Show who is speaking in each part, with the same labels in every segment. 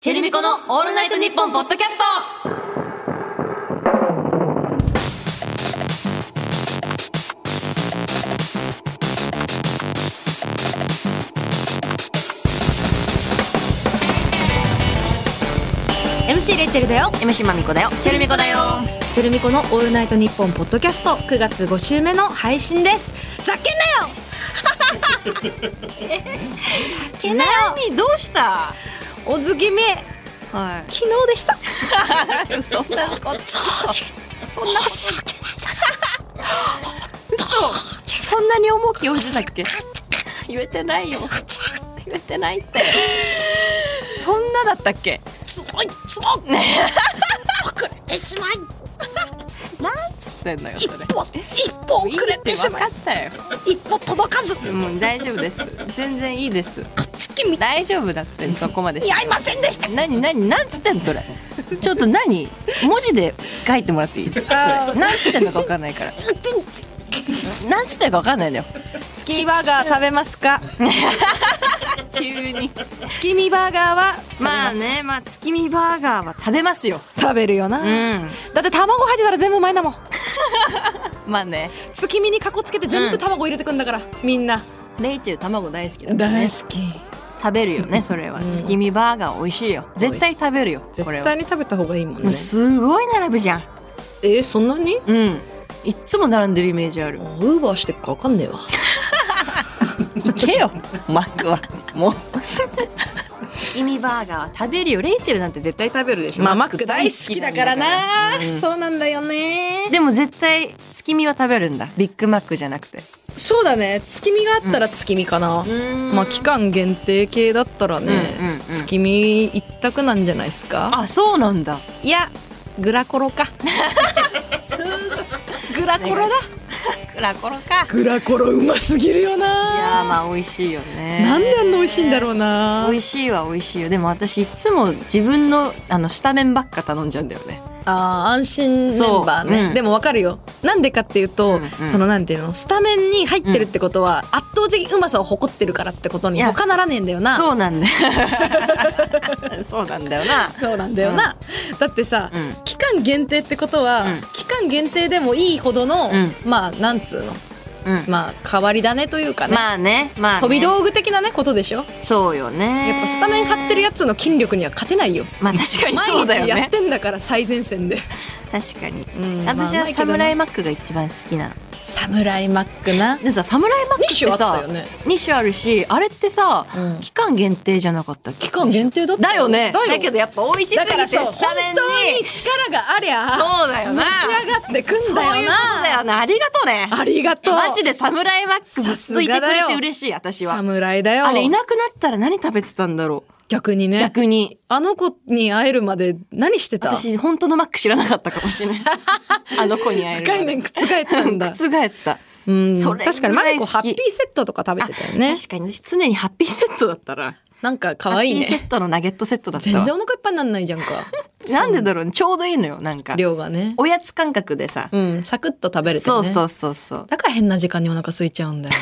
Speaker 1: チェルミコのオールナイトニッポンポッドキャスト
Speaker 2: ー MC レッチェルだよ
Speaker 1: !MC まみこだよチェルミコだよ
Speaker 2: チェルミコの「オールナイトニッポン」ポッドキャスト9月5週目の配信ですざけんなよざけんなよ
Speaker 1: 何どうした
Speaker 2: お月め
Speaker 1: は
Speaker 2: 昨日でした
Speaker 1: い。そんなこと。そんなこと。申し訳
Speaker 2: そんなに重きを
Speaker 1: ないっけ言えてないよ。言えてないって。
Speaker 2: そんなだったっけ
Speaker 1: つぼいつぼね遅れてしまい
Speaker 2: なんつってんのよ
Speaker 1: 一
Speaker 2: それ
Speaker 1: 歩一歩遅れてしまい
Speaker 2: ったよ
Speaker 1: 一歩届かず
Speaker 2: もう大丈夫です全然いいです
Speaker 1: 月見
Speaker 2: 大丈夫だってそこまで
Speaker 1: に合いませんでした
Speaker 2: 何何何つってんのそれちょっと何文字で書いてもらっていいそれ何つってんのか分かんないから 何つってんのか分かんないのよ
Speaker 3: 月見バーガー食べますか
Speaker 2: 急に
Speaker 3: 月見バーガーは
Speaker 2: まあねまあ月見バーガーは食べますよ
Speaker 3: 食べるよな、
Speaker 2: うん
Speaker 3: だって卵入ってたら全部うまいんだもん
Speaker 2: まあね
Speaker 3: 月見にかこつけて全部卵入れてくんだから、みんな
Speaker 2: レイチェル卵大好きだからね
Speaker 3: き
Speaker 2: 食べるよねそれは、月見バーガー美味しいよ絶対食べるよこれ
Speaker 3: 絶
Speaker 2: は
Speaker 3: 対に食べた方がいいもん
Speaker 2: もう
Speaker 3: ね
Speaker 2: すごい並ぶじゃん
Speaker 3: えー、そんなに
Speaker 2: うんいっつも並んでるイメージある
Speaker 3: ウーバーしてっかわかんねえわ
Speaker 2: 行けよマックは もう月見バーガーは食べるよレイチェルなんて絶対食べるでしょ
Speaker 3: まあマック大好きだからなそうなんだよね
Speaker 2: でも絶対月見は食べるんだビッグマックじゃなくて
Speaker 3: そうだね月見があったら月見かな、まあ期間限定系だったらね、
Speaker 2: うんうんうん
Speaker 3: 月見一択なんじゃないですか
Speaker 2: あそうなんだ
Speaker 3: いやグラコロ かグラコロだ
Speaker 2: クラコロか
Speaker 3: グラコロうますぎるよ
Speaker 2: いやー
Speaker 3: な
Speaker 2: まあ美味しいよね
Speaker 3: なんであんな美味しいんだろうな
Speaker 2: 美味しいは美味しいよでも私いつも自分のあの下麺ばっか頼んじゃうんだよね
Speaker 3: あー安心メンバー
Speaker 2: そう
Speaker 3: ね、
Speaker 2: うん
Speaker 3: でもわかるよなんでかっていうと、
Speaker 2: うんうん
Speaker 3: そのなんていうのスタメンに入ってるってことは、圧倒的うまさを誇ってるからってこと
Speaker 2: い
Speaker 3: に
Speaker 2: や
Speaker 3: 他ならねえんだよな
Speaker 2: そうなんだ そうなんだよな
Speaker 3: そうなんだよな、だってさ、
Speaker 2: うん
Speaker 3: 期間限定ってことは、
Speaker 2: うん
Speaker 3: 期間限定でもいいほどの、
Speaker 2: うん
Speaker 3: まあなんつうの
Speaker 2: うん
Speaker 3: まあ変わり種というかね,、
Speaker 2: まあねまあね
Speaker 3: 飛び道具的なねことでしょ
Speaker 2: そうよね
Speaker 3: やっぱスタメン張ってるやつの筋力には勝てないよ
Speaker 2: まあ確かにそう
Speaker 3: 毎
Speaker 2: だよ
Speaker 3: 日やっ
Speaker 2: ね
Speaker 3: てんだから最前線で
Speaker 2: 確かに、
Speaker 3: うん
Speaker 2: 私はサムライ
Speaker 3: マ
Speaker 2: マックが一番好きなの
Speaker 3: サムライマックな
Speaker 2: でさサムライマックっ
Speaker 3: 2種
Speaker 2: て
Speaker 3: あった
Speaker 2: さ
Speaker 3: よね
Speaker 2: 2種あるしあれってさ、
Speaker 3: うん
Speaker 2: 期間限定じゃなかったっけ
Speaker 3: 期間限定だった
Speaker 2: だよねだ
Speaker 3: だ
Speaker 2: け
Speaker 3: け
Speaker 2: ど
Speaker 3: ど
Speaker 2: やっぱ美味しす
Speaker 3: だか
Speaker 2: ぎて
Speaker 3: らそう
Speaker 2: ス
Speaker 3: 本
Speaker 2: タメン
Speaker 3: 当に
Speaker 2: に
Speaker 3: 力がありゃ
Speaker 2: そうだよな
Speaker 3: のし上がってくんだよ
Speaker 2: そういう
Speaker 3: な
Speaker 2: ことだよなありがとうね
Speaker 3: ありがとう
Speaker 2: マジでサムライマック
Speaker 3: さ
Speaker 2: ス
Speaker 3: す
Speaker 2: つ
Speaker 3: が
Speaker 2: い
Speaker 3: だ
Speaker 2: て
Speaker 3: よ
Speaker 2: くれて嬉しい私は
Speaker 3: 侍だよ
Speaker 2: あれいなくなったら何食べてたんだろう
Speaker 3: 逆にね
Speaker 2: 逆に
Speaker 3: あの子に会えるまで何してた
Speaker 2: 私本当のマック知らなかったかもし れないあの子に会える
Speaker 3: 概念覆った んだ
Speaker 2: 覆った
Speaker 3: うん
Speaker 2: それ
Speaker 3: 確かにマリコ
Speaker 2: ぐら
Speaker 3: ハ
Speaker 2: い好
Speaker 3: ッ
Speaker 2: き
Speaker 3: ピーセットとか食べてたよね
Speaker 2: 確かに私常にハッピーセットだったら
Speaker 3: なんか可愛い
Speaker 2: ハッピーセ
Speaker 3: ね
Speaker 2: ットのナゲットセットだった
Speaker 3: 全然お
Speaker 2: わ
Speaker 3: 腹いっぱいになんないじゃんか
Speaker 2: なんでだろうねちょうどいいのよなんか
Speaker 3: 量がね
Speaker 2: おやつ感覚でさ、
Speaker 3: うんサクッと食べれてね
Speaker 2: そうそうそうそう
Speaker 3: だから変な時間にお腹空いちゃうんだ よ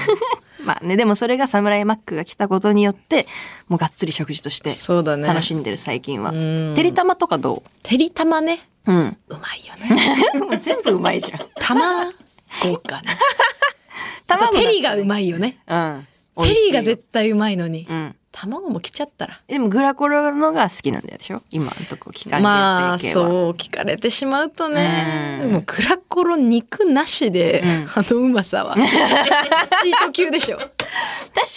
Speaker 2: まあねでもそれがサムライマックが来たことによってもうがっつり食事として
Speaker 3: そうだね
Speaker 2: 楽しんでる最近は、
Speaker 3: うん
Speaker 2: てりたまとかど
Speaker 3: てりたまね
Speaker 2: ううん
Speaker 3: うまいよ ね
Speaker 2: もう全部うまいじゃん
Speaker 3: たま豪華 ねあ
Speaker 2: 卵
Speaker 3: とテリ
Speaker 2: が
Speaker 3: がうまいよね
Speaker 2: うん
Speaker 3: テリーが絶対うまいのに、
Speaker 2: 対うん
Speaker 3: 卵も来ちゃったら
Speaker 2: でもグラコロのが好きなんだよでしょ今のとこ期間限定系は、
Speaker 3: まあそう聞かれてしまうとね
Speaker 2: うん
Speaker 3: でもグラコロ肉なしで、
Speaker 2: うん
Speaker 3: あのうまさはチート級 でしょ
Speaker 2: 確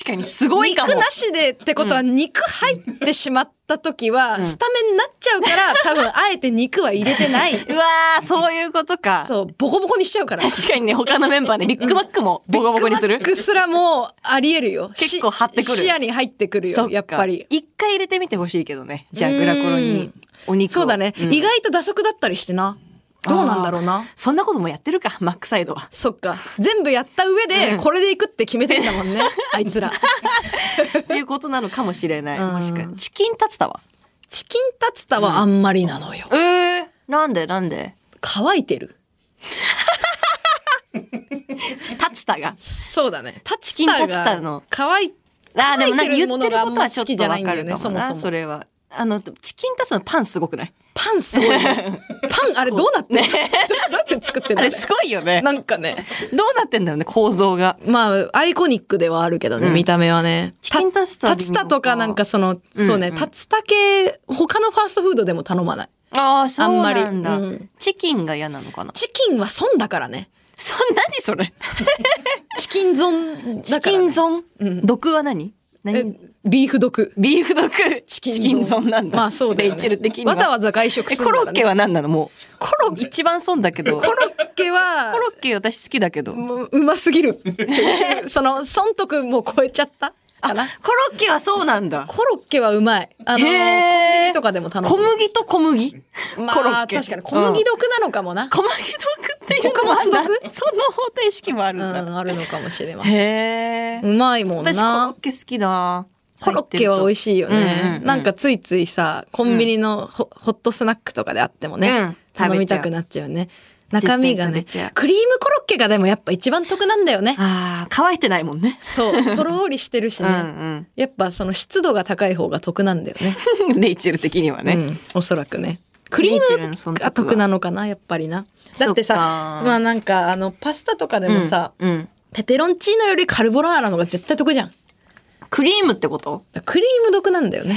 Speaker 2: かにすごいかも
Speaker 3: 肉なしでってことは肉入ってしまった時は、スタメンになっちゃうから多分あえて肉は入れ てないう
Speaker 2: わーそういうことか
Speaker 3: そうボコボコにしちゃう から
Speaker 2: 確かにね他のメンバーねビッグマックもボコボコにする
Speaker 3: ビッグマックすらもうありえるよ
Speaker 2: 結構張ってくる
Speaker 3: し視野に入ってくる
Speaker 2: そ
Speaker 3: よ
Speaker 2: か
Speaker 3: やっぱり
Speaker 2: 一回入れてみてほしいけどねじゃあ
Speaker 3: うん
Speaker 2: グラコロにお肉を
Speaker 3: そうだね、
Speaker 2: ん
Speaker 3: 意外と打足だったりしてなどうなんだろうな
Speaker 2: そんなこともやってるかマックサイド は
Speaker 3: そっか全部やった上
Speaker 2: う
Speaker 3: で
Speaker 2: ん
Speaker 3: これでいくって決めてんだも んねあいつら
Speaker 2: っていうことなのかもしれない
Speaker 3: うん
Speaker 2: もしかチキンタツタは
Speaker 3: チキンタツタはあんまりなのよ、
Speaker 2: ええなんでなんで
Speaker 3: 乾いてる
Speaker 2: タツタが
Speaker 3: そうだねタ
Speaker 2: チキンタツタの
Speaker 3: 乾い
Speaker 2: あーでもなんか
Speaker 3: 乾いて
Speaker 2: 言
Speaker 3: るも
Speaker 2: って
Speaker 3: の
Speaker 2: る
Speaker 3: が
Speaker 2: ことはちょっとわか
Speaker 3: あんま好きじゃない
Speaker 2: る
Speaker 3: んだ
Speaker 2: か
Speaker 3: よね
Speaker 2: も
Speaker 3: そも
Speaker 2: な
Speaker 3: そも
Speaker 2: それはあのチキンタツのパンすごくない
Speaker 3: パンすごい ね。パン、あれどうなってんのどうやって作ってん
Speaker 2: あ
Speaker 3: の
Speaker 2: れすごいよね
Speaker 3: なんかね。
Speaker 2: どうなってんだろうね構造が
Speaker 3: まあ、アイコニックではあるけどね、
Speaker 2: うん
Speaker 3: 見た目はね。
Speaker 2: チキンタツタは
Speaker 3: タ
Speaker 2: 微
Speaker 3: ツ
Speaker 2: 妙
Speaker 3: タとかなんかその、そうね、
Speaker 2: うん
Speaker 3: タツタ系、他のファーストフードでも頼まない。
Speaker 2: ああそうな
Speaker 3: あ
Speaker 2: ん
Speaker 3: ん
Speaker 2: だ
Speaker 3: まりうん
Speaker 2: チキンが嫌なのかな
Speaker 3: チキンは損だからね。
Speaker 2: そんなにそれ
Speaker 3: チキン損
Speaker 2: チ
Speaker 3: だか
Speaker 2: キ
Speaker 3: ら、
Speaker 2: ン
Speaker 3: ね。
Speaker 2: 損、毒は何何
Speaker 3: えビーフ毒。
Speaker 2: ビーフ毒チ
Speaker 3: キン損
Speaker 2: 損なんだ
Speaker 3: まあそうだよ、ね。
Speaker 2: レイチェル的には
Speaker 3: わざわざ外食
Speaker 2: え
Speaker 3: す
Speaker 2: コ
Speaker 3: るん
Speaker 2: ロ
Speaker 3: だから
Speaker 2: ッ
Speaker 3: ね、
Speaker 2: ケは何なのもうコロッケ一番損だけどコロ
Speaker 3: コロッケは、
Speaker 2: ッケ私好きだけど
Speaker 3: もううます ぎる。その、損得も超えちゃった
Speaker 2: あ
Speaker 3: か
Speaker 2: コ
Speaker 3: な
Speaker 2: ロ。ッケはそうなんだ
Speaker 3: コロッケはうまい。あの、コンビ
Speaker 2: へー
Speaker 3: ニとかでも頼む。
Speaker 2: 小麦と小麦、
Speaker 3: ま
Speaker 2: コロッ
Speaker 3: あ、
Speaker 2: ケ
Speaker 3: 確かに小麦
Speaker 2: うん
Speaker 3: 毒なのかもな。
Speaker 2: 小麦毒っていうのは
Speaker 3: 穀物
Speaker 2: なその方程式もあるん
Speaker 3: う
Speaker 2: だ、
Speaker 3: ん、あるのかもしれません。
Speaker 2: へえ
Speaker 3: うまいもん
Speaker 2: 私コロッ
Speaker 3: な。
Speaker 2: ケ好きだ
Speaker 3: コロッケは美味
Speaker 2: し
Speaker 3: しいよ
Speaker 2: うんうん
Speaker 3: ね
Speaker 2: う。ん
Speaker 3: なんかついついさ、コンビニのホホットスナックとかであっても
Speaker 2: う
Speaker 3: ね
Speaker 2: ん、
Speaker 3: 頼みたくなっちゃうね。中身がね、
Speaker 2: 絶対食べちゃう
Speaker 3: クリームコロッケがでもやっぱ一番得なんだよね。
Speaker 2: あー乾いてないもんね
Speaker 3: そう、とろーりしてるし
Speaker 2: うん
Speaker 3: ね。やっぱその湿度が高い方が得なんだよね。
Speaker 2: うんレイチェル的には ね、
Speaker 3: うん、おそらくね。クリー
Speaker 2: レイチェルのその
Speaker 3: ム
Speaker 2: 時は
Speaker 3: が得なのかな、やっぱりな。だってさ、
Speaker 2: そっか
Speaker 3: まあなんかあの、パスタとかでもさ、
Speaker 2: うんうん
Speaker 3: ペペロンチーノよりカルボナーラの方が絶対得じゃん。
Speaker 2: クリームってこと
Speaker 3: クリーム毒なんだよね。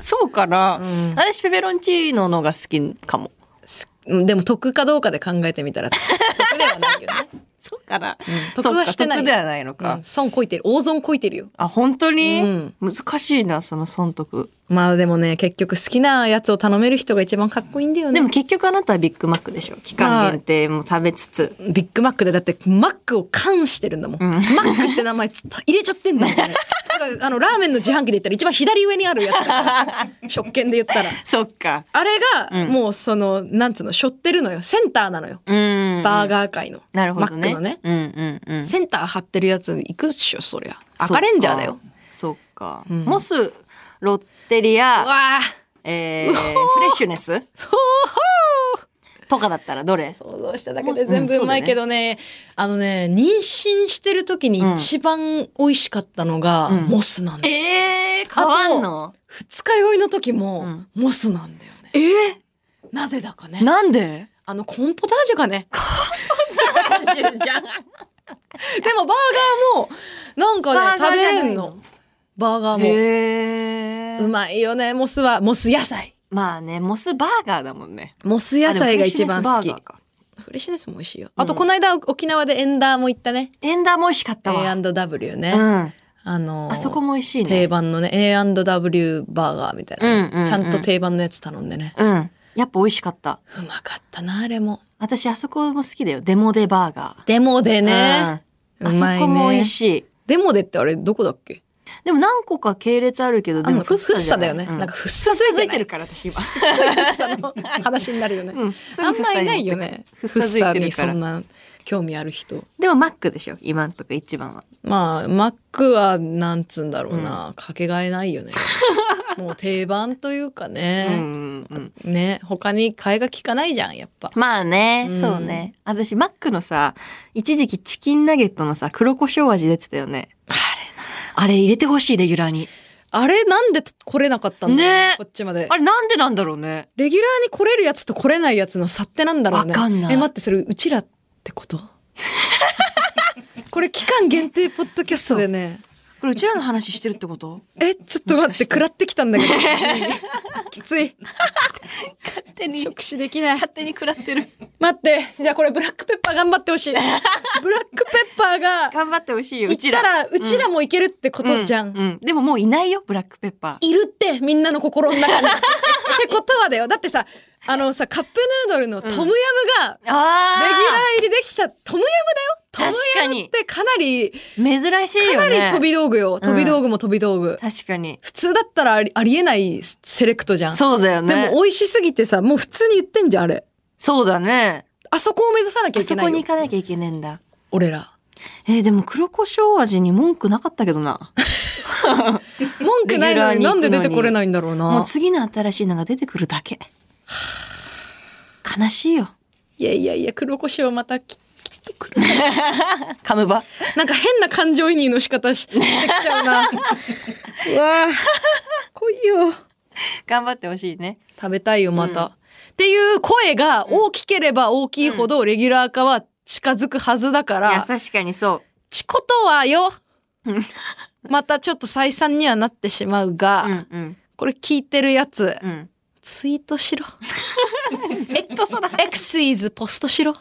Speaker 2: そうかな、
Speaker 3: うん
Speaker 2: 私ペペロンチーノのが好きかも
Speaker 3: うんでも得かどうかで考えてみたら得ではないよね。
Speaker 2: そうかな、
Speaker 3: 得はしてない
Speaker 2: そうか得ではないのか、
Speaker 3: うん、損こいてる。大損こいてるよ。
Speaker 2: あ本当に、
Speaker 3: うん
Speaker 2: 難しいなその損得
Speaker 3: まあでもね、結局好きなやつを頼める人が一番かっこいいんだよね。
Speaker 2: でも結局あなたはビッグマックでしょ期間限定も食べつつ、
Speaker 3: ビッグマックでだってマックを缶してるんだもん。マックって名前つ入れちゃってんだも んね。だからあのラーメンの自販機で言ったら一番左上にあるやつ だから。食券で言ったら。
Speaker 2: そっか
Speaker 3: あれが、もうその、なんつうの、しょってるのよ。センターなのよ。
Speaker 2: うん
Speaker 3: バーガー界の。
Speaker 2: なるほど
Speaker 3: マッ
Speaker 2: ね
Speaker 3: クのね。
Speaker 2: うんうんうん
Speaker 3: センター張ってるやつ行くっしょ、そりゃ。赤レンジャーだよ。
Speaker 2: そっか、
Speaker 3: ん
Speaker 2: モスロッテリ
Speaker 3: う
Speaker 2: ア、
Speaker 3: わあ
Speaker 2: えー、フレッシュネスとかだったらどれ
Speaker 3: 想像しただ
Speaker 2: も
Speaker 3: け
Speaker 2: う
Speaker 3: で全
Speaker 2: うん
Speaker 3: 部
Speaker 2: そううだ
Speaker 3: ま
Speaker 2: よね
Speaker 3: いけどね,、あのね妊娠してる時に一番美味しかったのが
Speaker 2: うん
Speaker 3: モスなんだよ、
Speaker 2: えー、変わんの
Speaker 3: 二日酔いの時も
Speaker 2: うん
Speaker 3: モスなんだよね、
Speaker 2: え
Speaker 3: なぜだかね
Speaker 2: なんで
Speaker 3: あのコーンポタージュがね でもバーガーもなんかね
Speaker 2: バーガ
Speaker 3: 食
Speaker 2: ー
Speaker 3: べ
Speaker 2: じゃない
Speaker 3: れんのバーガー
Speaker 2: へえ
Speaker 3: もうまいよねモスはモス野菜
Speaker 2: まあねモスバーガーだもんね
Speaker 3: モス野菜が一番好き
Speaker 2: あでもフレッシュネスバーガーか
Speaker 3: フレッシュネスも美味しいよ、あとこの間沖縄でエンダーも行ったね
Speaker 2: エンダーも美味しかったわ、
Speaker 3: A&W ね、
Speaker 2: うん
Speaker 3: あのー
Speaker 2: あそこも美味しい
Speaker 3: 定
Speaker 2: ね
Speaker 3: 番のね A&W バーガーみたいな
Speaker 2: う
Speaker 3: ね、
Speaker 2: んうんうん
Speaker 3: ちゃんと定番のやつ頼んでね
Speaker 2: うんやっぱ美味しかった
Speaker 3: うまかったなあれも
Speaker 2: 私あそこも好きだよデモデバーガ
Speaker 3: デモで
Speaker 2: ー
Speaker 3: ね、、
Speaker 2: うん、あ
Speaker 3: うまいね
Speaker 2: そこも美味しい
Speaker 3: デモでってあれどこだっけ
Speaker 2: でも何個か系列あるけどで
Speaker 3: あ
Speaker 2: も
Speaker 3: の
Speaker 2: フ
Speaker 3: フ
Speaker 2: ッ
Speaker 3: ッ
Speaker 2: サじゃ
Speaker 3: サ
Speaker 2: な
Speaker 3: だ
Speaker 2: い
Speaker 3: よね、
Speaker 2: う
Speaker 3: なんかフッサ
Speaker 2: つ
Speaker 3: 付
Speaker 2: いて
Speaker 3: いて
Speaker 2: る
Speaker 3: る
Speaker 2: から私今
Speaker 3: フッサの話になるよね、
Speaker 2: うんすぐ
Speaker 3: あ
Speaker 2: フ
Speaker 3: ん
Speaker 2: ッサに
Speaker 3: まいないよね
Speaker 2: フッサ付いて
Speaker 3: フッサ
Speaker 2: る
Speaker 3: に
Speaker 2: か
Speaker 3: そ
Speaker 2: ら
Speaker 3: んな興味ある人
Speaker 2: でもマックでしょ今んとこ一番は
Speaker 3: まあマックはなんつうんだろうな、かけがえないよねもう定番というか
Speaker 2: う
Speaker 3: ね、
Speaker 2: んうん
Speaker 3: ね他に替えが利かないじゃんやっぱ
Speaker 2: まあね、
Speaker 3: うん
Speaker 2: そうね私マックのさ一時期チキンナゲットのさ黒胡椒味出てたよねあれあれ入れてほしいレギュラーに
Speaker 3: あれなんで来れなかったんだろう
Speaker 2: ね
Speaker 3: こっちまで
Speaker 2: あれなんでなんだろうね
Speaker 3: レギュラーに来れるやつと来れないやつの差ってなんだろうね。
Speaker 2: わかんない
Speaker 3: え、待って、それうちらってこと これ期間限定ポッドキャストでね。
Speaker 2: これうちらの話してるってこと
Speaker 3: え、ちょっと待って、食らってきたんだ けど。きつい。
Speaker 2: 勝手に
Speaker 3: 直視できない。
Speaker 2: 勝手に食らってる
Speaker 3: 待って、じゃあこれブラックペッパー頑張ってほしい。ブラックペッパーが
Speaker 2: 頑張ってほしいよ
Speaker 3: 行
Speaker 2: う
Speaker 3: っ
Speaker 2: ち
Speaker 3: た
Speaker 2: ら
Speaker 3: ら、うちらも行けるってことじゃん。
Speaker 2: うんうんでももういないよブラックペッパー
Speaker 3: いるって、みんなの心の 中に。ってことはだよ。だってさ、あのさ、カップヌードルのトムヤムが、レギュラー
Speaker 2: あ
Speaker 3: 入りできちゃトムヤムだよ。
Speaker 2: 確か
Speaker 3: トムヤム
Speaker 2: に
Speaker 3: ってかな
Speaker 2: レ
Speaker 3: り、
Speaker 2: ギュラー珍しい
Speaker 3: か
Speaker 2: よ
Speaker 3: な
Speaker 2: ね
Speaker 3: り飛び道具よ。飛び道具も飛び道具。
Speaker 2: 確かに
Speaker 3: 普通だったらありありえないセレクトじゃん。
Speaker 2: そうだよ
Speaker 3: で
Speaker 2: ね
Speaker 3: も美味しすぎてさ、もう普通に言ってんじゃん、あれ。
Speaker 2: そうだね
Speaker 3: あそこを目指さなきゃ
Speaker 2: あ
Speaker 3: いけ
Speaker 2: そ
Speaker 3: な
Speaker 2: こ
Speaker 3: いよ。
Speaker 2: に行かなきゃいけねえんだ
Speaker 3: 俺ら。
Speaker 2: えーでも黒胡椒味に文句なかったけどな
Speaker 3: 文句な
Speaker 2: レギ
Speaker 3: いの
Speaker 2: ュ
Speaker 3: に
Speaker 2: ラ
Speaker 3: な
Speaker 2: ーに行くの
Speaker 3: ん
Speaker 2: に
Speaker 3: で出てこれないんだろ
Speaker 2: も
Speaker 3: う
Speaker 2: う
Speaker 3: な。
Speaker 2: 次の新しいのが出てくるだけ悲しいよ
Speaker 3: いやいやいや、黒胡椒またききっとくる。
Speaker 2: カムバ
Speaker 3: なんか変な 感 情移入の仕方ししてきちゃうな。うわあ、来いよ。
Speaker 2: 頑張ってほしいね。
Speaker 3: 食べたいよまた、っていう声が大きければ大きいほどレギュラー化は近づくはずだか
Speaker 2: いや、
Speaker 3: ら、
Speaker 2: 確かにそ
Speaker 3: ちことはよ またちょっと採算にはなってしまうが、
Speaker 2: う。うんうん
Speaker 3: これ聞いてるやつ
Speaker 2: うん。
Speaker 3: ツイー トしろ
Speaker 2: ずっとそら。
Speaker 3: X イズポストしろ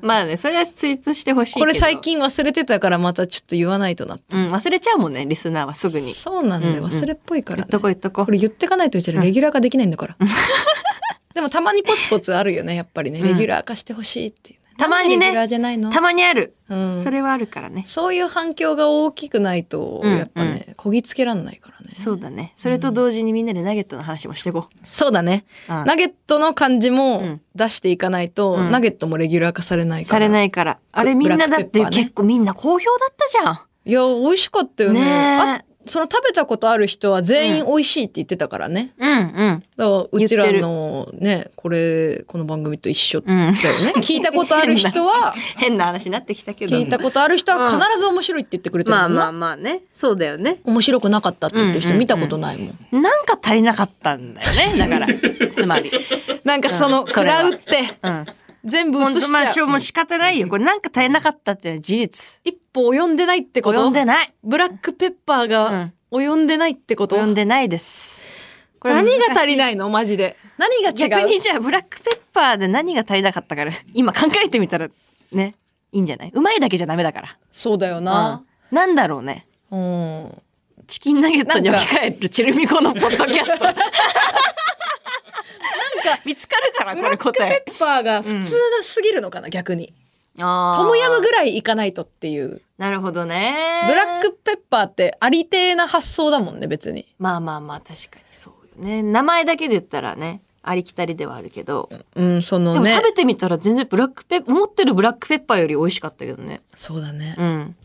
Speaker 2: まあね、それはツイートしてほしいけど。
Speaker 3: これ最。近忘れてたからまたちょっと言わないとなって、
Speaker 2: うん、忘れちゃうもんね、リスナーはすぐに。
Speaker 3: そうなんだよ、
Speaker 2: うんうん
Speaker 3: 忘れっぽいから、
Speaker 2: 言
Speaker 3: ね
Speaker 2: っ、とこ言っとこ
Speaker 3: こ。れ言ってかないとうちらレギュラー化できないん だから。でもたまにポツポツあるよねやっぱりね
Speaker 2: うん
Speaker 3: レギュラー化してほしいっていう、
Speaker 2: たまにね
Speaker 3: なんでレギュラーじゃないの
Speaker 2: たまにある。
Speaker 3: うん、
Speaker 2: それはあるからね。
Speaker 3: そういう反響が大きくないと
Speaker 2: うん
Speaker 3: やっぱね、こぎつけらんないからね
Speaker 2: そうだね。それと同時にみんなでナゲットの話もしていこう。
Speaker 3: そうだね
Speaker 2: うん
Speaker 3: ナゲットの感じ
Speaker 2: う
Speaker 3: も
Speaker 2: ん
Speaker 3: 出していかないと、
Speaker 2: うん
Speaker 3: ナゲットもレギュラー化されないから
Speaker 2: されないから。あれみんなだって
Speaker 3: ブラックペッパーね
Speaker 2: 結構みんな好評だったじゃん。
Speaker 3: いや美味しかったよね
Speaker 2: ねえ
Speaker 3: あその食べたことある人は全員美味しいって言ってたからね、
Speaker 2: うん
Speaker 3: だからうちら
Speaker 2: 言
Speaker 3: のねこれこの番組と一緒だ
Speaker 2: うん。うん。
Speaker 3: よね、 聞いたことある人 は
Speaker 2: 変な話になってきたけど。
Speaker 3: 聞いたことある人は必ず面白いって言ってくれてる
Speaker 2: ま
Speaker 3: も
Speaker 2: あ
Speaker 3: んな、
Speaker 2: まあまあね。そうだよね。
Speaker 3: 面白くなかったって言っ
Speaker 2: う
Speaker 3: てる
Speaker 2: ん
Speaker 3: 人
Speaker 2: うんうん
Speaker 3: 見たことないもん,、
Speaker 2: なんか足りなかったんだよ ね。だから。つまり。
Speaker 3: なんかその
Speaker 2: そ
Speaker 3: 食
Speaker 2: れは
Speaker 3: らうって
Speaker 2: うん。
Speaker 3: 全部
Speaker 2: 本
Speaker 3: 映し
Speaker 2: 当
Speaker 3: ち
Speaker 2: まあ、
Speaker 3: ゃ
Speaker 2: しょ
Speaker 3: う
Speaker 2: うも仕方ないよ。これなんか足りなかったっていうのは事実。
Speaker 3: 一歩及んでないってこと
Speaker 2: 及んでない。
Speaker 3: ブラックペッパーが及んでないってこと、
Speaker 2: 及んでないです。これ
Speaker 3: 何が足り
Speaker 2: い
Speaker 3: ないのマジで何が違う
Speaker 2: 逆にじゃあ、ブラックペッパーで何が足りなかったから、今考えてみたら、ね、いいんじゃないうまいだけじゃダメだから。
Speaker 3: そうだよな、
Speaker 2: うんなんだろうね。
Speaker 3: うん
Speaker 2: チキンナゲットに
Speaker 3: なん
Speaker 2: 置
Speaker 3: か
Speaker 2: き換えるチェルミコのポッドキャ スト。なんか、見つかるから、こ
Speaker 3: ブラ
Speaker 2: れ
Speaker 3: ック
Speaker 2: 答え
Speaker 3: ペ。ッパーが普通すぎるのかな、逆に
Speaker 2: ト
Speaker 3: トムヤムぐらいいかないとっていう
Speaker 2: なるほどね。
Speaker 3: ブラックペッパーってありてえな発想だもんね別に
Speaker 2: まあまあまあ、確かにそうよね。名前だけで言ったらね、ありきたりではあるけど。
Speaker 3: うんそ
Speaker 2: で
Speaker 3: の
Speaker 2: も
Speaker 3: ね
Speaker 2: 食べてみたら全然ブラックペッ、思ってるブラックペッパーより美味しかったけどね。
Speaker 3: そうだね、
Speaker 2: うん。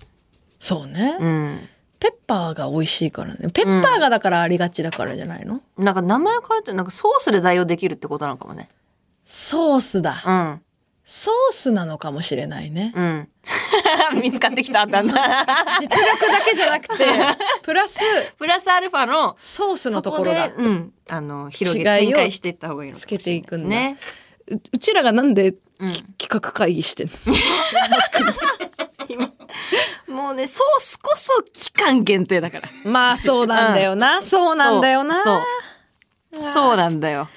Speaker 3: そうね、
Speaker 2: うん。
Speaker 3: ペッパーが美味しいからねペッパーがだからありがちだからじゃないの、
Speaker 2: なんか名前変えて、なんかソースで代用できるってことなのかもね。
Speaker 3: ソースだ、
Speaker 2: うん。
Speaker 3: ソースなのかもしれないね
Speaker 2: うん。 見つかってきたんだ な。
Speaker 3: 実力だけじゃなくて プラス
Speaker 2: プラスアルファの、
Speaker 3: ソースの
Speaker 2: そ
Speaker 3: と
Speaker 2: こ
Speaker 3: ころ
Speaker 2: で
Speaker 3: が、
Speaker 2: うん。あの、広げ
Speaker 3: 違いを
Speaker 2: 展開していった方がいいのか
Speaker 3: つ
Speaker 2: もしれ
Speaker 3: け
Speaker 2: ない
Speaker 3: ていくんだ
Speaker 2: ね。
Speaker 3: ううちらがなんで、
Speaker 2: うん
Speaker 3: き企画会議してんの
Speaker 2: もうね、ソースこそ期間限定だから。
Speaker 3: まあそうなんだよな、そうなんだよな
Speaker 2: そうう。そうなんだよ。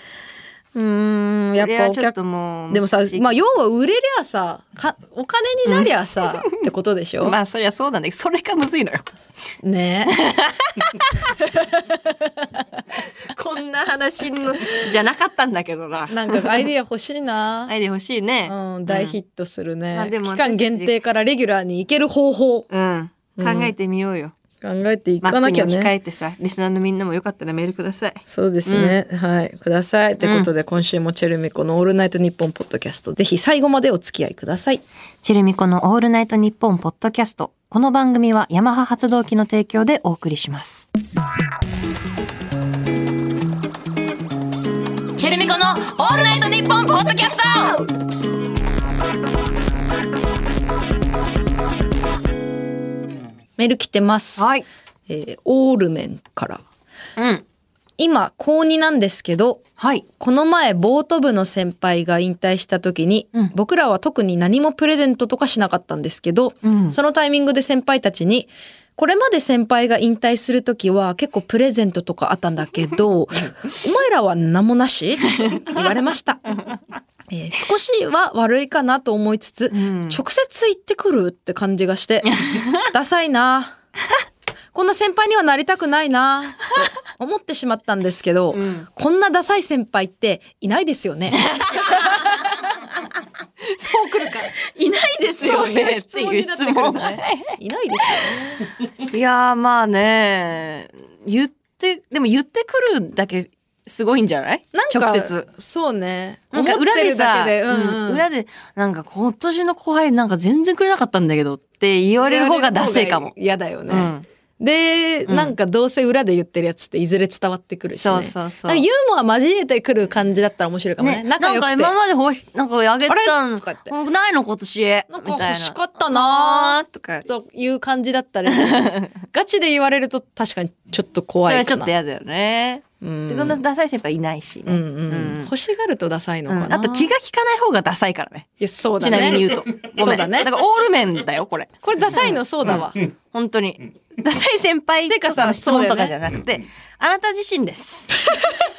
Speaker 3: ーんやっ
Speaker 2: これ
Speaker 3: ぱ
Speaker 2: は
Speaker 3: お
Speaker 2: ちょっ
Speaker 3: 客
Speaker 2: ともう、
Speaker 3: でもさ
Speaker 2: 難しい
Speaker 3: まあ要は売れりゃさかお金になりゃさ、ってことでし ょ、
Speaker 2: まあそりゃそうなんだけど、それがむずいの よ。
Speaker 3: ねえ
Speaker 2: こんな話のじゃなかったんだけどな。
Speaker 3: なんかアイディア欲しいな
Speaker 2: アイデア欲しいね。
Speaker 3: うん、大ヒットするね、
Speaker 2: まあでも
Speaker 3: 期間限定からレギュラーに行ける方法考
Speaker 2: うん。考
Speaker 3: うん
Speaker 2: えてみようよ。
Speaker 3: えてい
Speaker 2: マ
Speaker 3: か
Speaker 2: ッ
Speaker 3: な
Speaker 2: クに
Speaker 3: きゃ
Speaker 2: 置き換
Speaker 3: ね
Speaker 2: えてさ、リスナーのみんなもよかったらメールください。
Speaker 3: そうですね、はいくださいってことで、今週もチェルミコの「オールナイトニッポン」ポッドキャストぜひ最後までお付き合いください
Speaker 2: チェルミコのオールナイトニッポンポッドキャスト。この番組はヤマハ発動機の提供でお送りします。チェルミコのオールナイトニッポンポッドキャスト
Speaker 3: メール来てます、
Speaker 2: はい。
Speaker 3: えーオールメンから
Speaker 2: うん。
Speaker 3: 今高2なんですけど
Speaker 2: はい。
Speaker 3: この前ボート部の先輩が引退した時に、
Speaker 2: うん
Speaker 3: 僕らは特に何もプレゼントとかしなかったんですけど、
Speaker 2: うん
Speaker 3: そのタイミングで先輩たちにこれまで先輩が引退する時は結構プレゼントとかあったんだけどお前らは何もなしって言われました、えー少しは悪いかなと思いつつ、
Speaker 2: ん
Speaker 3: 直接行ってくるって感じがして ダサいなこんな先輩にはなりたくないなと思ってしまったんですけど、
Speaker 2: ん
Speaker 3: こんなダサい先輩っていないですよね。そう来るから。
Speaker 2: いないですよね。 っていう質問。
Speaker 3: いないです
Speaker 2: いやーまあね、言って、でも言ってくるだけすごいんじゃない
Speaker 3: よね。
Speaker 2: 直接。。
Speaker 3: そうね。
Speaker 2: なんか裏でさ、
Speaker 3: 思ってるだけで、うん
Speaker 2: うん裏で、なんか今年の後輩なんか全然くれなかったんだけどって言われる方がダセえかも。
Speaker 3: 嫌だよ
Speaker 2: う
Speaker 3: ね。
Speaker 2: ん。
Speaker 3: で、なんかどうせ裏で言ってるやつっていずれ伝わってくるしね。
Speaker 2: そうそうそう
Speaker 3: なんかユーモア交えてくる感じだったら面白いかも
Speaker 2: ね、
Speaker 3: ね。
Speaker 2: なん
Speaker 3: 仲良
Speaker 2: か
Speaker 3: くて。
Speaker 2: 今まで欲し、なんかあげた
Speaker 3: あれ
Speaker 2: の
Speaker 3: とか言って、
Speaker 2: もうないの今年。
Speaker 3: な
Speaker 2: なん
Speaker 3: か欲しか
Speaker 2: っ
Speaker 3: ったな
Speaker 2: とか。
Speaker 3: ーとい う感じだったらいいけど、ガチで言われると確かにちょっと
Speaker 2: そ
Speaker 3: 怖い
Speaker 2: れ
Speaker 3: かな。
Speaker 2: はちょっと嫌だよね。
Speaker 3: うん
Speaker 2: でこのダサい先輩いないし
Speaker 3: う
Speaker 2: ね、
Speaker 3: んうん
Speaker 2: うん
Speaker 3: 欲しがるとダサいの
Speaker 2: う
Speaker 3: かな、
Speaker 2: んあと気が利かない方がダサいからね
Speaker 3: いやそうだ
Speaker 2: ち
Speaker 3: ね
Speaker 2: なみ に言うとごめ
Speaker 3: そうんだね
Speaker 2: からオール面だよこれ
Speaker 3: これダサいのそうだわ、
Speaker 2: 本当にダサい先輩と
Speaker 3: てか
Speaker 2: か
Speaker 3: さ
Speaker 2: の質問
Speaker 3: そ
Speaker 2: と
Speaker 3: うだ
Speaker 2: か
Speaker 3: よ
Speaker 2: じ
Speaker 3: ね
Speaker 2: ゃなくて、あなた自身です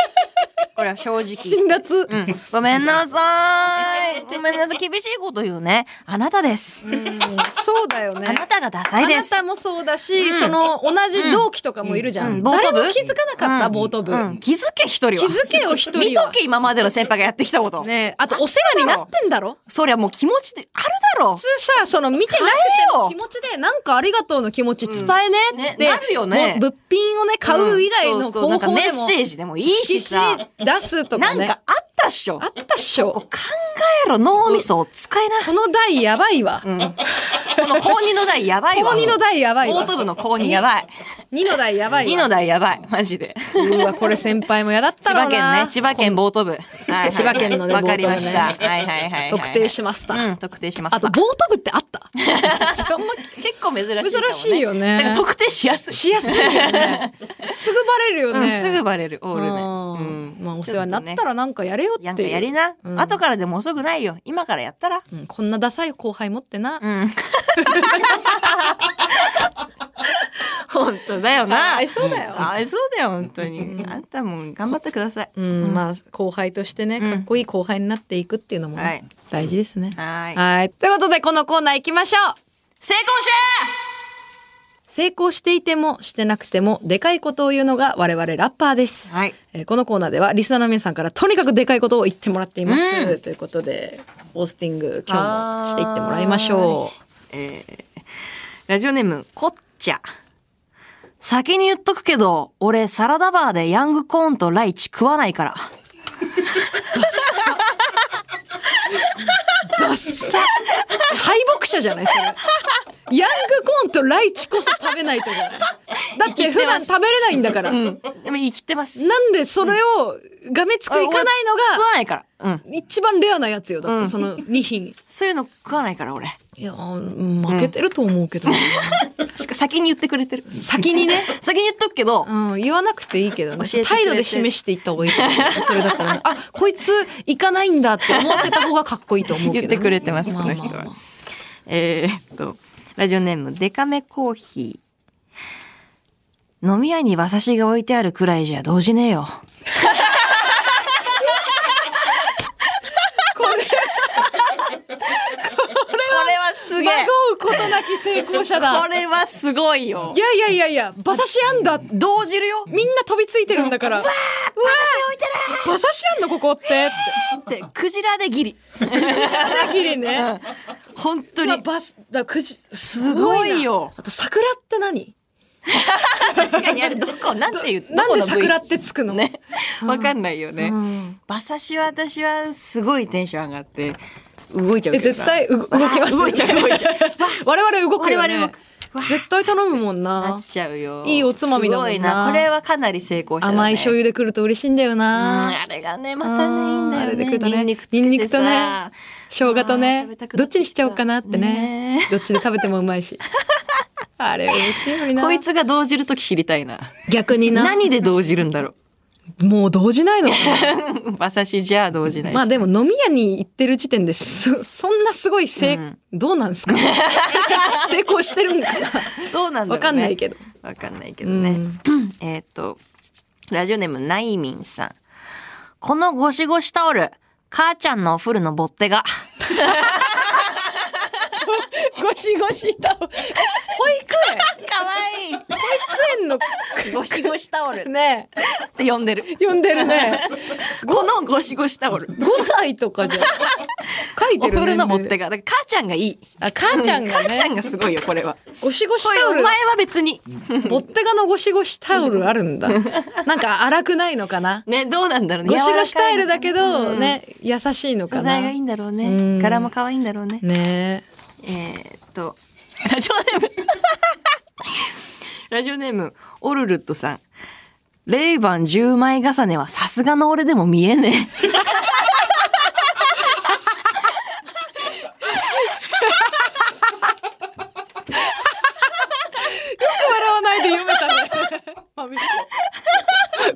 Speaker 2: これは正直
Speaker 3: 辛辣、
Speaker 2: うんごめんなさい。ごめんなさい。厳しいこと言うね。あなたです。
Speaker 3: うんそうだよね
Speaker 2: あなたがダサ
Speaker 3: あ
Speaker 2: いで
Speaker 3: な
Speaker 2: す。
Speaker 3: たもそうだし、
Speaker 2: うん
Speaker 3: その同じ同期とかもいるじゃ
Speaker 2: う
Speaker 3: ん、
Speaker 2: ん
Speaker 3: 誰も気づかなかった、
Speaker 2: うん
Speaker 3: 冒頭部、
Speaker 2: うん気づけ、一人は。
Speaker 3: 気づけよ一
Speaker 2: 見
Speaker 3: 人
Speaker 2: と
Speaker 3: は
Speaker 2: け、今までの先輩がやってきたこと。
Speaker 3: ねえあとお世話になってんだろ
Speaker 2: そりゃもう気持ちであるだろ
Speaker 3: 普通さその見てなくても
Speaker 2: 買え
Speaker 3: 気
Speaker 2: よ
Speaker 3: 持ちでなんかありがとうの気持ち伝えねって、
Speaker 2: うんねなるよね
Speaker 3: もう物品をね買う以外の
Speaker 2: んそうそう
Speaker 3: 方法でも、
Speaker 2: なんかメッセージでもいいしさ。
Speaker 3: 色紙出すと
Speaker 2: な
Speaker 3: か
Speaker 2: ん
Speaker 3: ね
Speaker 2: かあったっしょ。
Speaker 3: あ
Speaker 2: こ
Speaker 3: ったっしょ
Speaker 2: う考えろ、脳みそを使いな。
Speaker 3: この台やばいわ、
Speaker 2: うんこの高二の代やばいわ。
Speaker 3: この二の代やばいわ
Speaker 2: 冒頭部の高二やばい。
Speaker 3: 二の台やばいわ
Speaker 2: 二の代やばい。マジで。
Speaker 3: うわこれ先輩もやだっ
Speaker 2: 千
Speaker 3: たろ
Speaker 2: 葉
Speaker 3: う
Speaker 2: 県
Speaker 3: な
Speaker 2: ね千葉県ボート部、はいはい
Speaker 3: 千葉県のね
Speaker 2: わかりました
Speaker 3: ボート
Speaker 2: はいはいはいはい
Speaker 3: 特定しました、
Speaker 2: うん特定しま
Speaker 3: あ
Speaker 2: す
Speaker 3: とボート部ってあった あんま
Speaker 2: 結構珍しいかもね
Speaker 3: 珍しいよね
Speaker 2: だから特定しやすい
Speaker 3: しやすいよ ねすぐバレるよ
Speaker 2: うん
Speaker 3: ね、
Speaker 2: すぐバレるオール
Speaker 3: う
Speaker 2: メ
Speaker 3: ん
Speaker 2: ン
Speaker 3: まあお世話になっ
Speaker 2: ちょ
Speaker 3: た
Speaker 2: とね
Speaker 3: らなんかやれよっていう
Speaker 2: なんかやりな、
Speaker 3: うん
Speaker 2: 後からでも遅くないよ今からやったら
Speaker 3: うんこんなダサい後輩持ってな、
Speaker 2: うん本当だよ
Speaker 3: か
Speaker 2: な
Speaker 3: わいそうだよ、
Speaker 2: かわいそうだよ本当にあんたも頑張ってください、
Speaker 3: うんまあ後輩としてね
Speaker 2: うん
Speaker 3: かっこいい後輩になっていくっていうのもね、
Speaker 2: はい
Speaker 3: 大事ですね
Speaker 2: はーい
Speaker 3: はいということでこのコーナー行きましょう
Speaker 2: 成功者
Speaker 3: 成功していてもしてなくてもでかいことを言うのが我々ラッパーです、
Speaker 2: はい
Speaker 3: えーこのコーナーではリスナーの皆さんからとにかくでかいことを言ってもらっています、
Speaker 2: うん
Speaker 3: ということでオースティング今日もしていってもらいましょう
Speaker 2: えーラジオネーム、こっちゃ。先に言っとくけど、俺サラダバーでヤングコーンとライチ食わないから。
Speaker 3: ダッサ敗北者じゃないそれヤングコーンとライチこそ食べないとじゃないだって普段食べれないんだから、
Speaker 2: うん。でも言い切ってます。
Speaker 3: なんでそれをがめつくいかない
Speaker 2: 食
Speaker 3: の
Speaker 2: わないから。うん。
Speaker 3: が一番レアなやつよだっ
Speaker 2: う
Speaker 3: て
Speaker 2: ん
Speaker 3: その2品
Speaker 2: そういうの食わないから、俺。
Speaker 3: いや負けてると思うけど、
Speaker 2: しか先に言ってくれてる。
Speaker 3: 先にね
Speaker 2: 先に言っとくけど、
Speaker 3: うん、言わなくていいけどね
Speaker 2: 教えてくれて
Speaker 3: 態度で示していった方がいいと思うそれだっ たらねあこいつ行かないんだって思わせた方がかっこいいと思うけどね、
Speaker 2: 言ってくれてますこの人は
Speaker 3: まあまあまあ
Speaker 2: えーっと、ラジオネーム、デカめコーヒー。飲み屋に馬刺しが置いてあるくらいじゃ動じねえよ。これ、これはすげえ。
Speaker 3: まごうことなき成功者だ
Speaker 2: これはすごい よ
Speaker 3: い。やいやいやいや馬刺しあんだみん
Speaker 2: 動じるよ。みんな
Speaker 3: な飛びついてるんだから
Speaker 2: 馬刺し置いて
Speaker 3: 馬刺しあんのここって って
Speaker 2: るって、クジラでギリ。
Speaker 3: あぎりね、
Speaker 2: 本当
Speaker 3: まあ、
Speaker 2: に。
Speaker 3: バスだくじ
Speaker 2: す
Speaker 3: す
Speaker 2: ごい
Speaker 3: な
Speaker 2: よ。
Speaker 3: あと桜って何
Speaker 2: 確かにあれ、どこ、 なんていう、
Speaker 3: なんで
Speaker 2: どこの部位
Speaker 3: 桜ってつくの
Speaker 2: ね。わかんないよね。
Speaker 3: ん
Speaker 2: 馬刺しは私はすごいテンション上がって、動いちゃう
Speaker 3: え
Speaker 2: けどな
Speaker 3: 絶対う動きます
Speaker 2: 動いちゃう動いちゃう。
Speaker 3: 我々動くよ
Speaker 2: 我々動
Speaker 3: ね
Speaker 2: く
Speaker 3: 絶対頼むもん
Speaker 2: な
Speaker 3: な
Speaker 2: っちゃうよ。
Speaker 3: いいおつまみだもんな
Speaker 2: すごいこれはかなり成功した、ね。
Speaker 3: 甘い醤
Speaker 2: 油。
Speaker 3: 油で来ると嬉しいんだよな
Speaker 2: あれがね、またね、いいんだよ、ね。
Speaker 3: あれで来るとね
Speaker 2: ニンニクつけ
Speaker 3: ニ
Speaker 2: てさ
Speaker 3: ンニクとね生姜と
Speaker 2: あー
Speaker 3: ね
Speaker 2: 食べたくなっちゃう
Speaker 3: どっちにしちゃおうかなってね
Speaker 2: ね
Speaker 3: どっちで食べてもうまいし あれ嬉しいのにな
Speaker 2: こいつが動じるとき知りたいな。
Speaker 3: 逆にな
Speaker 2: 何で動じるんだろ
Speaker 3: もう動じないのかな
Speaker 2: う。 馬刺しじゃ動じないし。
Speaker 3: まあでも飲み屋に行ってる時点ですそんなすごいせい、
Speaker 2: うん
Speaker 3: どうなん ですか成功してるんかな
Speaker 2: どうなんだろうね。
Speaker 3: わかんないけど。
Speaker 2: わかんないけどね。 えーっと、ラジオネーム、ナイミンさん。このゴシゴシタオル、母ちゃんのおフルのボッテが。
Speaker 3: ゴシゴシタオル保育
Speaker 2: かわいい
Speaker 3: 園の
Speaker 2: ゴシゴシタオルっ
Speaker 3: ね
Speaker 2: て呼んでる。
Speaker 3: 呼んで るね
Speaker 2: このゴシゴシタオル。
Speaker 3: 5歳とかじゃん書い
Speaker 2: お
Speaker 3: てる
Speaker 2: フルのボッテ
Speaker 3: が
Speaker 2: が。だから母ちゃんがいい。
Speaker 3: あ母ちゃんがね
Speaker 2: 母ちゃんがすごいよ、これは。
Speaker 3: ゴシゴシ
Speaker 2: これ
Speaker 3: タ
Speaker 2: お
Speaker 3: オル
Speaker 2: 前は別に。
Speaker 3: ボッテガのゴシゴシタオルある んだなんか荒くないのかな
Speaker 2: ね、どうなんだろうね。
Speaker 3: ゴシゴシタイルだ
Speaker 2: ど。
Speaker 3: けどね優しいの
Speaker 2: 素
Speaker 3: かな
Speaker 2: 材がいい
Speaker 3: ね
Speaker 2: んだろう
Speaker 3: うん
Speaker 2: ね。柄も可愛いんだろうね。
Speaker 3: え
Speaker 2: えーっと、ラジオネーム。ラジオネーム、オルルットさん。レイバン10枚重ねはさすがの俺でも見えねえ。
Speaker 3: 笑わないで読めたねまあ見て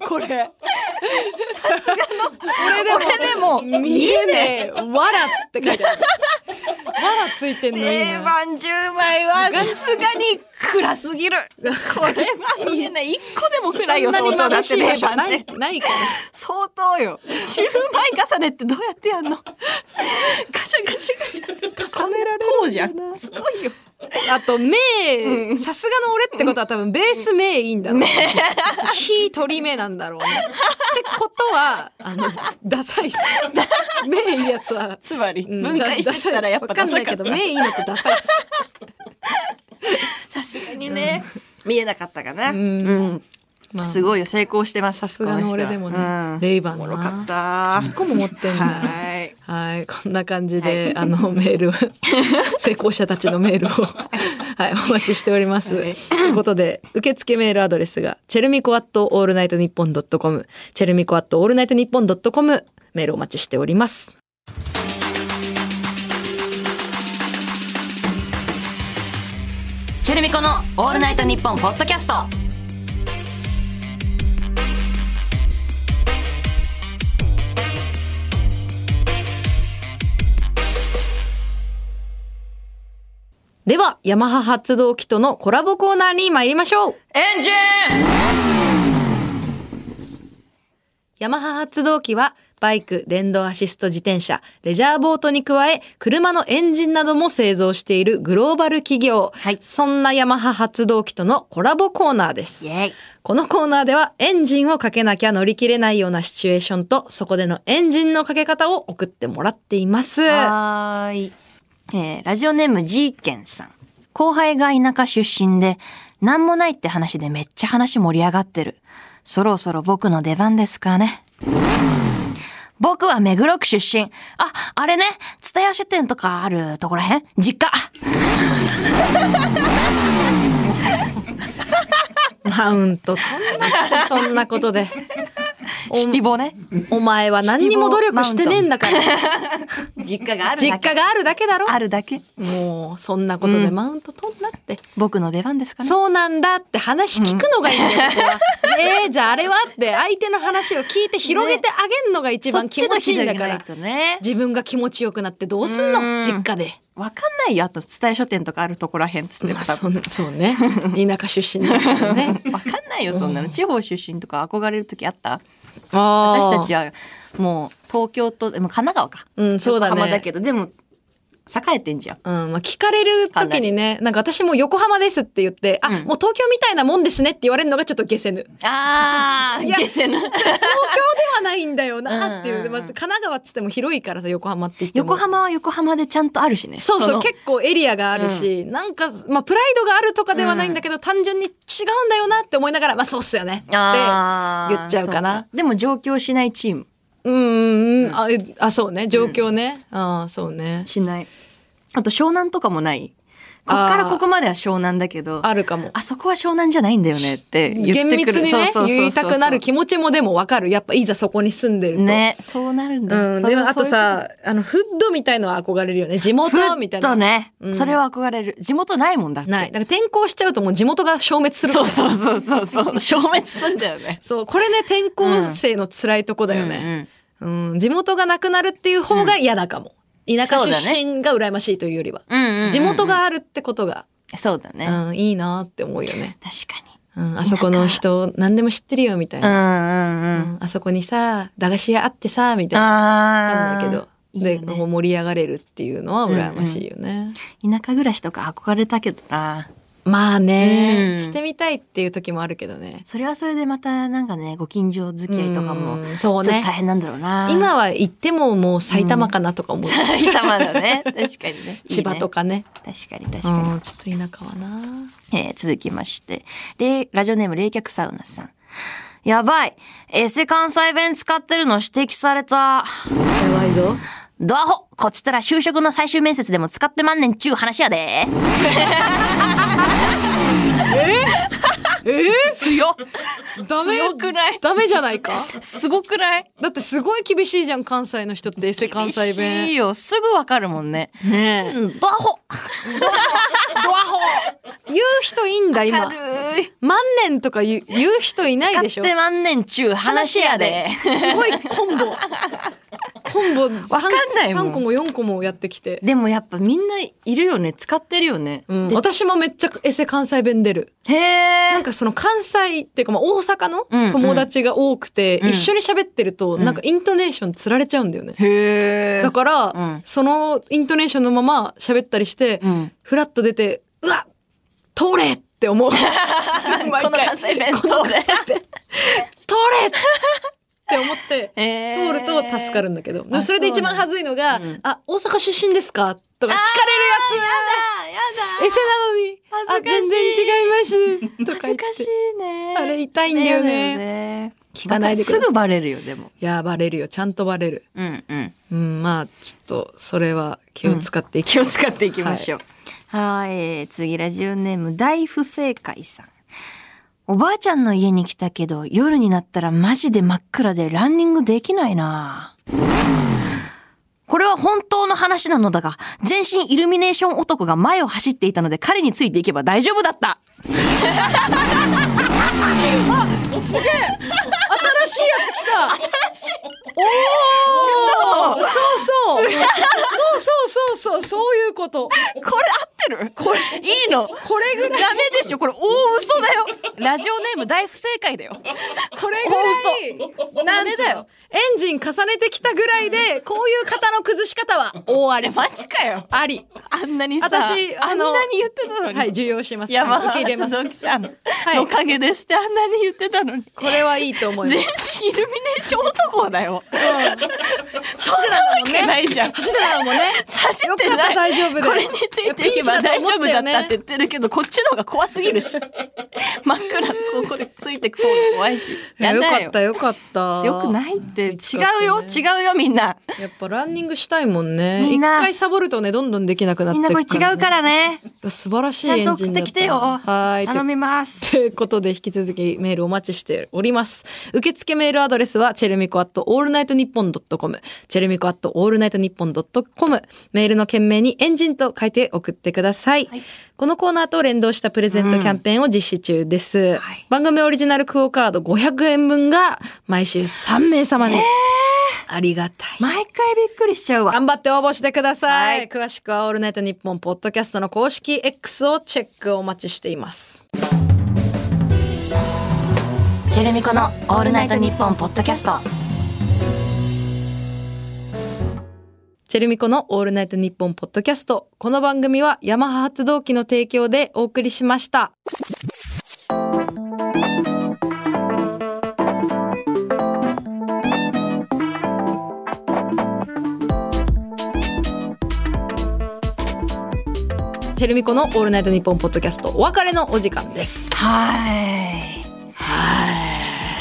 Speaker 3: これ
Speaker 2: もう
Speaker 3: 見えねえ、わらって書いてある。わらついてんのいい
Speaker 2: 定
Speaker 3: な。
Speaker 2: 番10枚はさすがに暗すぎる。これは見えない。1個でも暗いよ、
Speaker 3: そんな
Speaker 2: 相当
Speaker 3: に
Speaker 2: だ
Speaker 3: 眩
Speaker 2: っ
Speaker 3: してい場
Speaker 2: 定
Speaker 3: 所
Speaker 2: 番
Speaker 3: な
Speaker 2: って
Speaker 3: い。ないから。
Speaker 2: 相当よ。10枚重ねってどうやってやんのガシャガシャガシャって重ねられる。こうじゃん。すごいよ。
Speaker 3: あと、目、さすがの俺ってことは多分ベース目いいんだろう。火取り目なんだろうね。ってことは、あの、ダサいっす。目いいやつは。
Speaker 2: つまり、
Speaker 3: うん
Speaker 2: 分解してったらやっぱダ
Speaker 3: ダサ
Speaker 2: サ
Speaker 3: い
Speaker 2: か
Speaker 3: わか
Speaker 2: っ
Speaker 3: んな
Speaker 2: た
Speaker 3: いけど、目いいのってダサいっす。
Speaker 2: さすがにね、見えなかったかな。うんん。
Speaker 3: まあ
Speaker 2: すごいよ、成功してます。
Speaker 3: さすがの俺でも
Speaker 2: この人
Speaker 3: ね
Speaker 2: は、
Speaker 3: レイバン
Speaker 2: うんお
Speaker 3: な
Speaker 2: もろかった。
Speaker 3: 一個も持ってんだ。
Speaker 2: はい。
Speaker 3: はい、こんな感じで、あのメールを成功者たちのメールをはいお待ちしております。ということで受付メールアドレスがチェルミコアットオールナイトニッポンドットコムチェルミコアットオールナイトニッポンドットコムメールお待ちしております。
Speaker 2: チェルミコのオールナイトニッポンポッドキャスト。
Speaker 3: ではヤマハ発動機とのコラボコーナーに参りましょう。
Speaker 2: エンジン
Speaker 3: ヤマハ発動機はバイク、電動アシスト自転車、レジャーボートに加え、車のエンジンなども製造しているグローバル企業。
Speaker 2: はい
Speaker 3: そんなヤマハ発動機とのコラボコーナーです。このコーナーではエンジンをかけなきゃ乗り切れないようなシチュエーションと、そこでのエンジンのかけ方を送ってもらっています。
Speaker 2: はーい。えーラジオネーム G ケンさん。後輩が田舎出身で、なんもないって話でめっちゃ話盛り上がってる。そろそろ僕の出番ですかね。僕は目黒区出身。あ、あれね、蔦屋書店とかあるとこらへん実家。
Speaker 3: マウント、そんな、そんなこと で。
Speaker 2: シティボね。
Speaker 3: お前は何にも努力してねえんだから。
Speaker 2: 実家がある
Speaker 3: 実
Speaker 2: だけ。
Speaker 3: 家があるだけだろ。
Speaker 2: あるだけ。
Speaker 3: もう、そんなことでマウント取んなって。
Speaker 2: 僕の出番ですかね。
Speaker 3: そうなんだって話聞くのがいいんだよ、ここは えー、じゃああれはって相手の話を聞いて広げてあげるのが 一
Speaker 2: そ
Speaker 3: 番
Speaker 2: っ
Speaker 3: 気
Speaker 2: ち
Speaker 3: 持
Speaker 2: の
Speaker 3: ちいいん
Speaker 2: 左
Speaker 3: だ
Speaker 2: が
Speaker 3: か
Speaker 2: ない
Speaker 3: ら。
Speaker 2: とね。
Speaker 3: 自分が気持ちよくなってどうすん
Speaker 2: う
Speaker 3: の
Speaker 2: ん
Speaker 3: 実家で。
Speaker 2: わかんないよ。あと、蔦屋書店とかあるとこらへんっつっても
Speaker 3: まあ、
Speaker 2: 多分
Speaker 3: そんそう ね。田舎出身だからね。
Speaker 2: わかんないよそんなの地方出身とか憧れる時あった
Speaker 3: 私
Speaker 2: 私たち
Speaker 3: は。
Speaker 2: はもう東京とでも神奈川か
Speaker 3: うん、そうだ
Speaker 2: 横浜だ
Speaker 3: ね。
Speaker 2: けどでも栄えてんじゃん
Speaker 3: うん、まあ、聞かれる時にね、なんか私も横浜ですって言って、あ、もう東京みたいなもんですねって言われるのがちょっと下せぬ。
Speaker 2: あー
Speaker 3: いや
Speaker 2: 下世な
Speaker 3: 東京ではないんだよなっていう。
Speaker 2: うんうんうん
Speaker 3: まあ、神奈川っつっても広いからさ、横浜って言っても。
Speaker 2: 横浜は横浜でちゃんとあるしね
Speaker 3: そうそう
Speaker 2: の
Speaker 3: 結構エリアがあるし、なんか、まあ、プライドがあるとかではないんだけど、単純に違うんだよなって思いながら、まあ、そうっすよねって言っ
Speaker 2: あー
Speaker 3: ちゃうかな
Speaker 2: そ。でも上京しないチーム
Speaker 3: うーんあえあそうね状況ね、ああそうね
Speaker 2: しないあと湘南とかもないこっからここまでは湘南だけど
Speaker 3: あるかも
Speaker 2: あそこは湘南じゃないんだよねって言ってく
Speaker 3: 厳
Speaker 2: る
Speaker 3: 密にね
Speaker 2: そうそうそうそう
Speaker 3: 言いたくなる気持ちもでも分かるやっぱいざそこに住んでると。
Speaker 2: ねそうなるんだよ、
Speaker 3: うん、
Speaker 2: それ
Speaker 3: で
Speaker 2: は
Speaker 3: もあ
Speaker 2: そう
Speaker 3: と
Speaker 2: いうこ
Speaker 3: さあのフッドみたいのは憧れるよね地元みたい
Speaker 2: ふっ
Speaker 3: な。
Speaker 2: とね、
Speaker 3: うん
Speaker 2: それは憧れる。地元ないもんだって。
Speaker 3: ないだから転校しちゃうともう地元が消滅するか
Speaker 2: そ
Speaker 3: ら
Speaker 2: うそうそうそう そう。消滅すんだよね。
Speaker 3: そうこれね転校生の辛いとこだよね。うん、地元がなくなるっていう方が嫌だかも。田舎
Speaker 2: そう
Speaker 3: 出
Speaker 2: だね
Speaker 3: 身が羨ましいというよりは。
Speaker 2: うんうんうんうん
Speaker 3: 地元があるってことが、
Speaker 2: そうだね。
Speaker 3: う
Speaker 2: 確
Speaker 3: ん、いいなって思うよね。
Speaker 2: かに。
Speaker 3: うん、あそこの人何でも知ってるよみたいうな。
Speaker 2: ん
Speaker 3: うんあそこにさ、駄菓子屋あってさ、みたいな。わか
Speaker 2: あ
Speaker 3: ん
Speaker 2: あ。
Speaker 3: ないけど。で、こう盛り上がれるっていうのは羨ましいよね。
Speaker 2: 田舎暮らしとか憧れたけどな。
Speaker 3: まあね、
Speaker 2: うん
Speaker 3: してみたいっていう時もあるけどね。
Speaker 2: それはそれでまたなんかね、ご近所付き合いとかも、
Speaker 3: うん
Speaker 2: ちょ
Speaker 3: そ
Speaker 2: っ
Speaker 3: う
Speaker 2: と大
Speaker 3: ね。
Speaker 2: 変なんだろうな。、
Speaker 3: 今は行ってももう埼玉かなとか思う。
Speaker 2: 埼玉だね。確かにね。
Speaker 3: 千葉と
Speaker 2: か。
Speaker 3: かね。
Speaker 2: 確かに確かに。
Speaker 3: うん、ちょっと田舎はな。
Speaker 2: えー続きまして、れいラジオネーム冷却サウナさん。やばい。エセ関西弁使ってるの指摘された。
Speaker 3: やばいぞ。
Speaker 2: ドアホこっちたら就職の最終面接でも使ってまんねんちゅう話やで。 ええ強
Speaker 3: ダメ
Speaker 2: 強くない
Speaker 3: ダメじゃないか
Speaker 2: すごくない
Speaker 3: だってすごい厳しいじゃん関西の人ってエセ関西
Speaker 2: 厳しい
Speaker 3: 弁
Speaker 2: よ。すぐわかるもんね。
Speaker 3: ねえ
Speaker 2: うんドアホドアホ
Speaker 3: 言う人いいんだ今
Speaker 2: 軽い。
Speaker 3: 万年とか言う言う人いないでし
Speaker 2: 使
Speaker 3: ょ
Speaker 2: ってまんねんちゅう話やで。
Speaker 3: すごいコンボコン3本
Speaker 2: わかんないもん
Speaker 3: 3個も4個もやってきて、
Speaker 2: でもやっぱみんないるよね。使ってるよね。
Speaker 3: うん、
Speaker 2: で
Speaker 3: 私もめっちゃエセ関西弁出る
Speaker 2: へえ。
Speaker 3: なんかその関西っていうかまあ大阪
Speaker 2: うんう
Speaker 3: の
Speaker 2: ん
Speaker 3: 友達が多くて、
Speaker 2: うん
Speaker 3: 一緒に喋ってると
Speaker 2: うん
Speaker 3: なんかイントネーションつられちゃうんだよね、
Speaker 2: へえ
Speaker 3: だ。から、
Speaker 2: うん
Speaker 3: そのイントネーションのまま喋ったりして、
Speaker 2: うん
Speaker 3: フラッと出てうわ通れって 思う毎
Speaker 2: この
Speaker 3: 回
Speaker 2: 関西弁当で。
Speaker 3: 通れって思って 通ると助か
Speaker 2: る。
Speaker 3: るんだけど、
Speaker 2: あ
Speaker 3: それで一番
Speaker 2: そうなんだ
Speaker 3: 恥ずいのが
Speaker 2: う
Speaker 3: 「
Speaker 2: ん
Speaker 3: あ大阪出身ですか?」とか聞かれるや
Speaker 2: あーや
Speaker 3: つエセなのに「あ
Speaker 2: 恥ずかしい
Speaker 3: 全然違い ます」とか
Speaker 2: 恥ず
Speaker 3: 言って
Speaker 2: かしいね。
Speaker 3: あれ痛いんだよね
Speaker 2: ね。聞
Speaker 3: かないでくださ
Speaker 2: す
Speaker 3: い
Speaker 2: ぐバレるよ、でも。
Speaker 3: いやバレるよちゃんとバレる
Speaker 2: うんうん。
Speaker 3: うんまあちょっとそれは気を使っていき
Speaker 2: 気
Speaker 3: ま
Speaker 2: を
Speaker 3: す、
Speaker 2: 使っていきましょう。はい、えー次ラジオネーム大不正解さん。おばあちゃんの家に来たけど夜になったらマジで真っ暗でランニングできないなこれは本当の話なのだが全身イルミネーション男が前を走っていたので彼についていけば大丈夫だった
Speaker 3: 新しいやつ来たおーそうそうそうそうそうそうそういうこと
Speaker 2: これ合ってるこれいいのこれぐらいダメでしょこれ大嘘だよラジオネーム大不正解 だよ
Speaker 3: これぐらいなんつう
Speaker 2: ダメだ
Speaker 3: のエンジン重ねてきたぐらいでこういう型の崩し方は大あり
Speaker 2: マジかよ
Speaker 3: あり
Speaker 2: あんなにさ
Speaker 3: 私
Speaker 2: あ
Speaker 3: あ
Speaker 2: ん
Speaker 3: の
Speaker 2: なに言ってたのに
Speaker 3: はい受容します
Speaker 2: 山
Speaker 3: 受け入れ
Speaker 2: 原
Speaker 3: ます
Speaker 2: 同期さんの
Speaker 3: い
Speaker 2: おかげですってあんなに言ってたのに
Speaker 3: これはいいと思い
Speaker 2: 全
Speaker 3: ま
Speaker 2: 身
Speaker 3: す
Speaker 2: イルミネーション男だよそんなわけないじゃん
Speaker 3: 走ってたのもね
Speaker 2: 走って
Speaker 3: よかっ
Speaker 2: な
Speaker 3: た
Speaker 2: い
Speaker 3: 大丈夫で
Speaker 2: これについていけば大丈夫だったって言ってるけどこっちの方が怖すぎるし真っ暗ここでついてく方が怖いし
Speaker 3: いや
Speaker 2: や
Speaker 3: よ
Speaker 2: だ
Speaker 3: か
Speaker 2: よ
Speaker 3: ったよかった
Speaker 2: よくないって違うよ違うよみんな
Speaker 3: やっぱランニングしたいもんね
Speaker 2: みん
Speaker 3: 一
Speaker 2: な
Speaker 3: 回サボるとねどんどんできなくなっ
Speaker 2: み
Speaker 3: て
Speaker 2: んなこれ違うからら
Speaker 3: ね
Speaker 2: ね
Speaker 3: いや素晴らしい
Speaker 2: ちゃん
Speaker 3: エ
Speaker 2: と
Speaker 3: ンジ
Speaker 2: 送っ
Speaker 3: ンだ
Speaker 2: て
Speaker 3: った
Speaker 2: きてよ
Speaker 3: はーい
Speaker 2: 頼みます
Speaker 3: ということで引き続きメールお待ちしております受付メールアドレスはチェルミコアットオールナイトニッポンドットコムチェルミコアットオールナイトニッポンドットコムメールの件名にエンジンと書いて送ってください、このコーナーと連動したプレゼントキャンペーンを実施中です、
Speaker 2: はい
Speaker 3: 番組オリジナルクオカード500円分が毎週3名様に、ありがたい
Speaker 2: 毎回びっくりしちゃうわ
Speaker 3: 頑張って応募してください。
Speaker 2: はい
Speaker 3: 詳しくはオールナイトニッポンポッドキャストの公式 X をチェックお待ちしています。
Speaker 2: ジェレミコのオールナイトニッポンポッドキャスト
Speaker 3: チェルミコのオールナイトニッポンポッドキャスト。この番組はヤマハ発動機の提供でお送りしました。チェルミコのオールナイトニッポンポッドキャストお別れのお時間です。
Speaker 2: はい。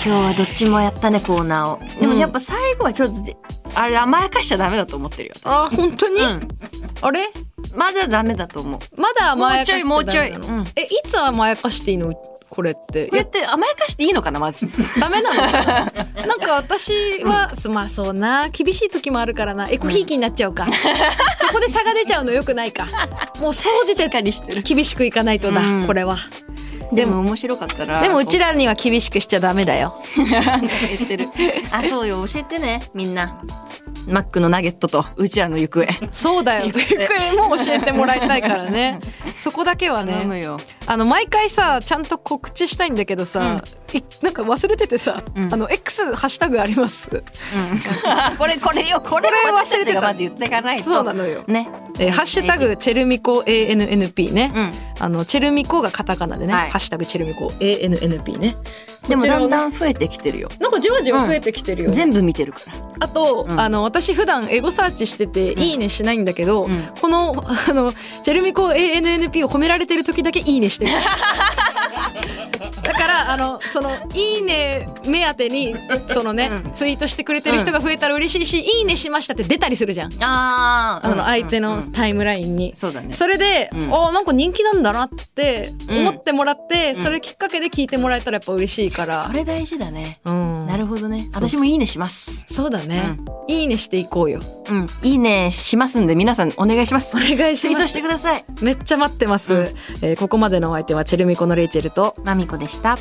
Speaker 2: 今日はどっちもやったね、コーナーを。でも
Speaker 3: うん
Speaker 2: やっぱ最後はちょっとで、あれ甘やかしちゃダメだと思ってるよ。
Speaker 3: あー本当に、
Speaker 2: うん。
Speaker 3: あれ
Speaker 2: まだダメだと思う。
Speaker 3: まだ甘やかしちゃダメなの
Speaker 2: もうちょいもうちょいうん
Speaker 3: えいつ甘やかしていいのこれって
Speaker 2: これって甘やかしていいのかな、まず。
Speaker 3: いやダメなのかななんか私は、すまあそうな厳しい時もあるからなエコひいきになっちゃうか、そこで差が出ちゃうのよくないかもう総じ
Speaker 2: してっかりしてる。
Speaker 3: 厳しくいかないとだ、
Speaker 2: うん
Speaker 3: これは
Speaker 2: でも面白かったら。
Speaker 3: でもうちらには厳しくしちゃダメだよ
Speaker 2: 言ってる。 あ、そうよ、教えてね、みんな。マックのナゲットとうちらの行方。
Speaker 3: そうだよ行方も教えてもらいたいから ねそこだけは
Speaker 2: 頼む
Speaker 3: ね
Speaker 2: よ。
Speaker 3: あの毎回さちゃんと告知したいんだけどさ、いなんか忘れててさ、
Speaker 2: うん
Speaker 3: あの X ハッシュタグあります
Speaker 2: うん これこれよこれ
Speaker 3: これ
Speaker 2: 私
Speaker 3: 忘
Speaker 2: た
Speaker 3: れ
Speaker 2: ち
Speaker 3: て
Speaker 2: が
Speaker 3: た
Speaker 2: まず言っていかないと
Speaker 3: そうなのよ
Speaker 2: ね
Speaker 3: えーハッシュタグチェルミコ ANNP ね、
Speaker 2: うん
Speaker 3: あのチェルミコがカタカナでね、
Speaker 2: はい
Speaker 3: ハッシュタグチェルミコ ANNP ね
Speaker 2: でも
Speaker 3: こちら
Speaker 2: だ
Speaker 3: をね
Speaker 2: んだん増えてきてるよ
Speaker 3: なんかじわじわ増えてきてるよ、
Speaker 2: 全部見てるから
Speaker 3: あと、
Speaker 2: うん
Speaker 3: あの私普段エゴサーチしてて「いいね」しないんだけど、
Speaker 2: ん
Speaker 3: このあのチェルミコ ANNP を褒められてる時だけ「いいね」してる だからあのその「いいね」目当てにそのね、ツイートしてくれてる人が増えたら嬉しいし「いいね」しましたって出たりするじゃん、
Speaker 2: あ
Speaker 3: あの相手
Speaker 2: うん
Speaker 3: の
Speaker 2: うん
Speaker 3: タイムラインに、
Speaker 2: そうだね
Speaker 3: それで、
Speaker 2: うん
Speaker 3: あーなんか人気なんだなって
Speaker 2: うん
Speaker 3: 思ってもらって、それきっかけで聞いてもらえたらやっぱ嬉しいから
Speaker 2: そ、れ大事だね
Speaker 3: うん、
Speaker 2: なるほどね
Speaker 3: そう
Speaker 2: 私もいいねします
Speaker 3: そうだね、いいねしていこうよ
Speaker 2: うんいいねしますんで皆さんお願いします
Speaker 3: お願い
Speaker 2: ツイ
Speaker 3: し
Speaker 2: ー
Speaker 3: ま
Speaker 2: トし
Speaker 3: す
Speaker 2: てください
Speaker 3: めっちゃ待ってます、えーここまでのお相手はチェルミコのレイチェルと
Speaker 2: まみこでした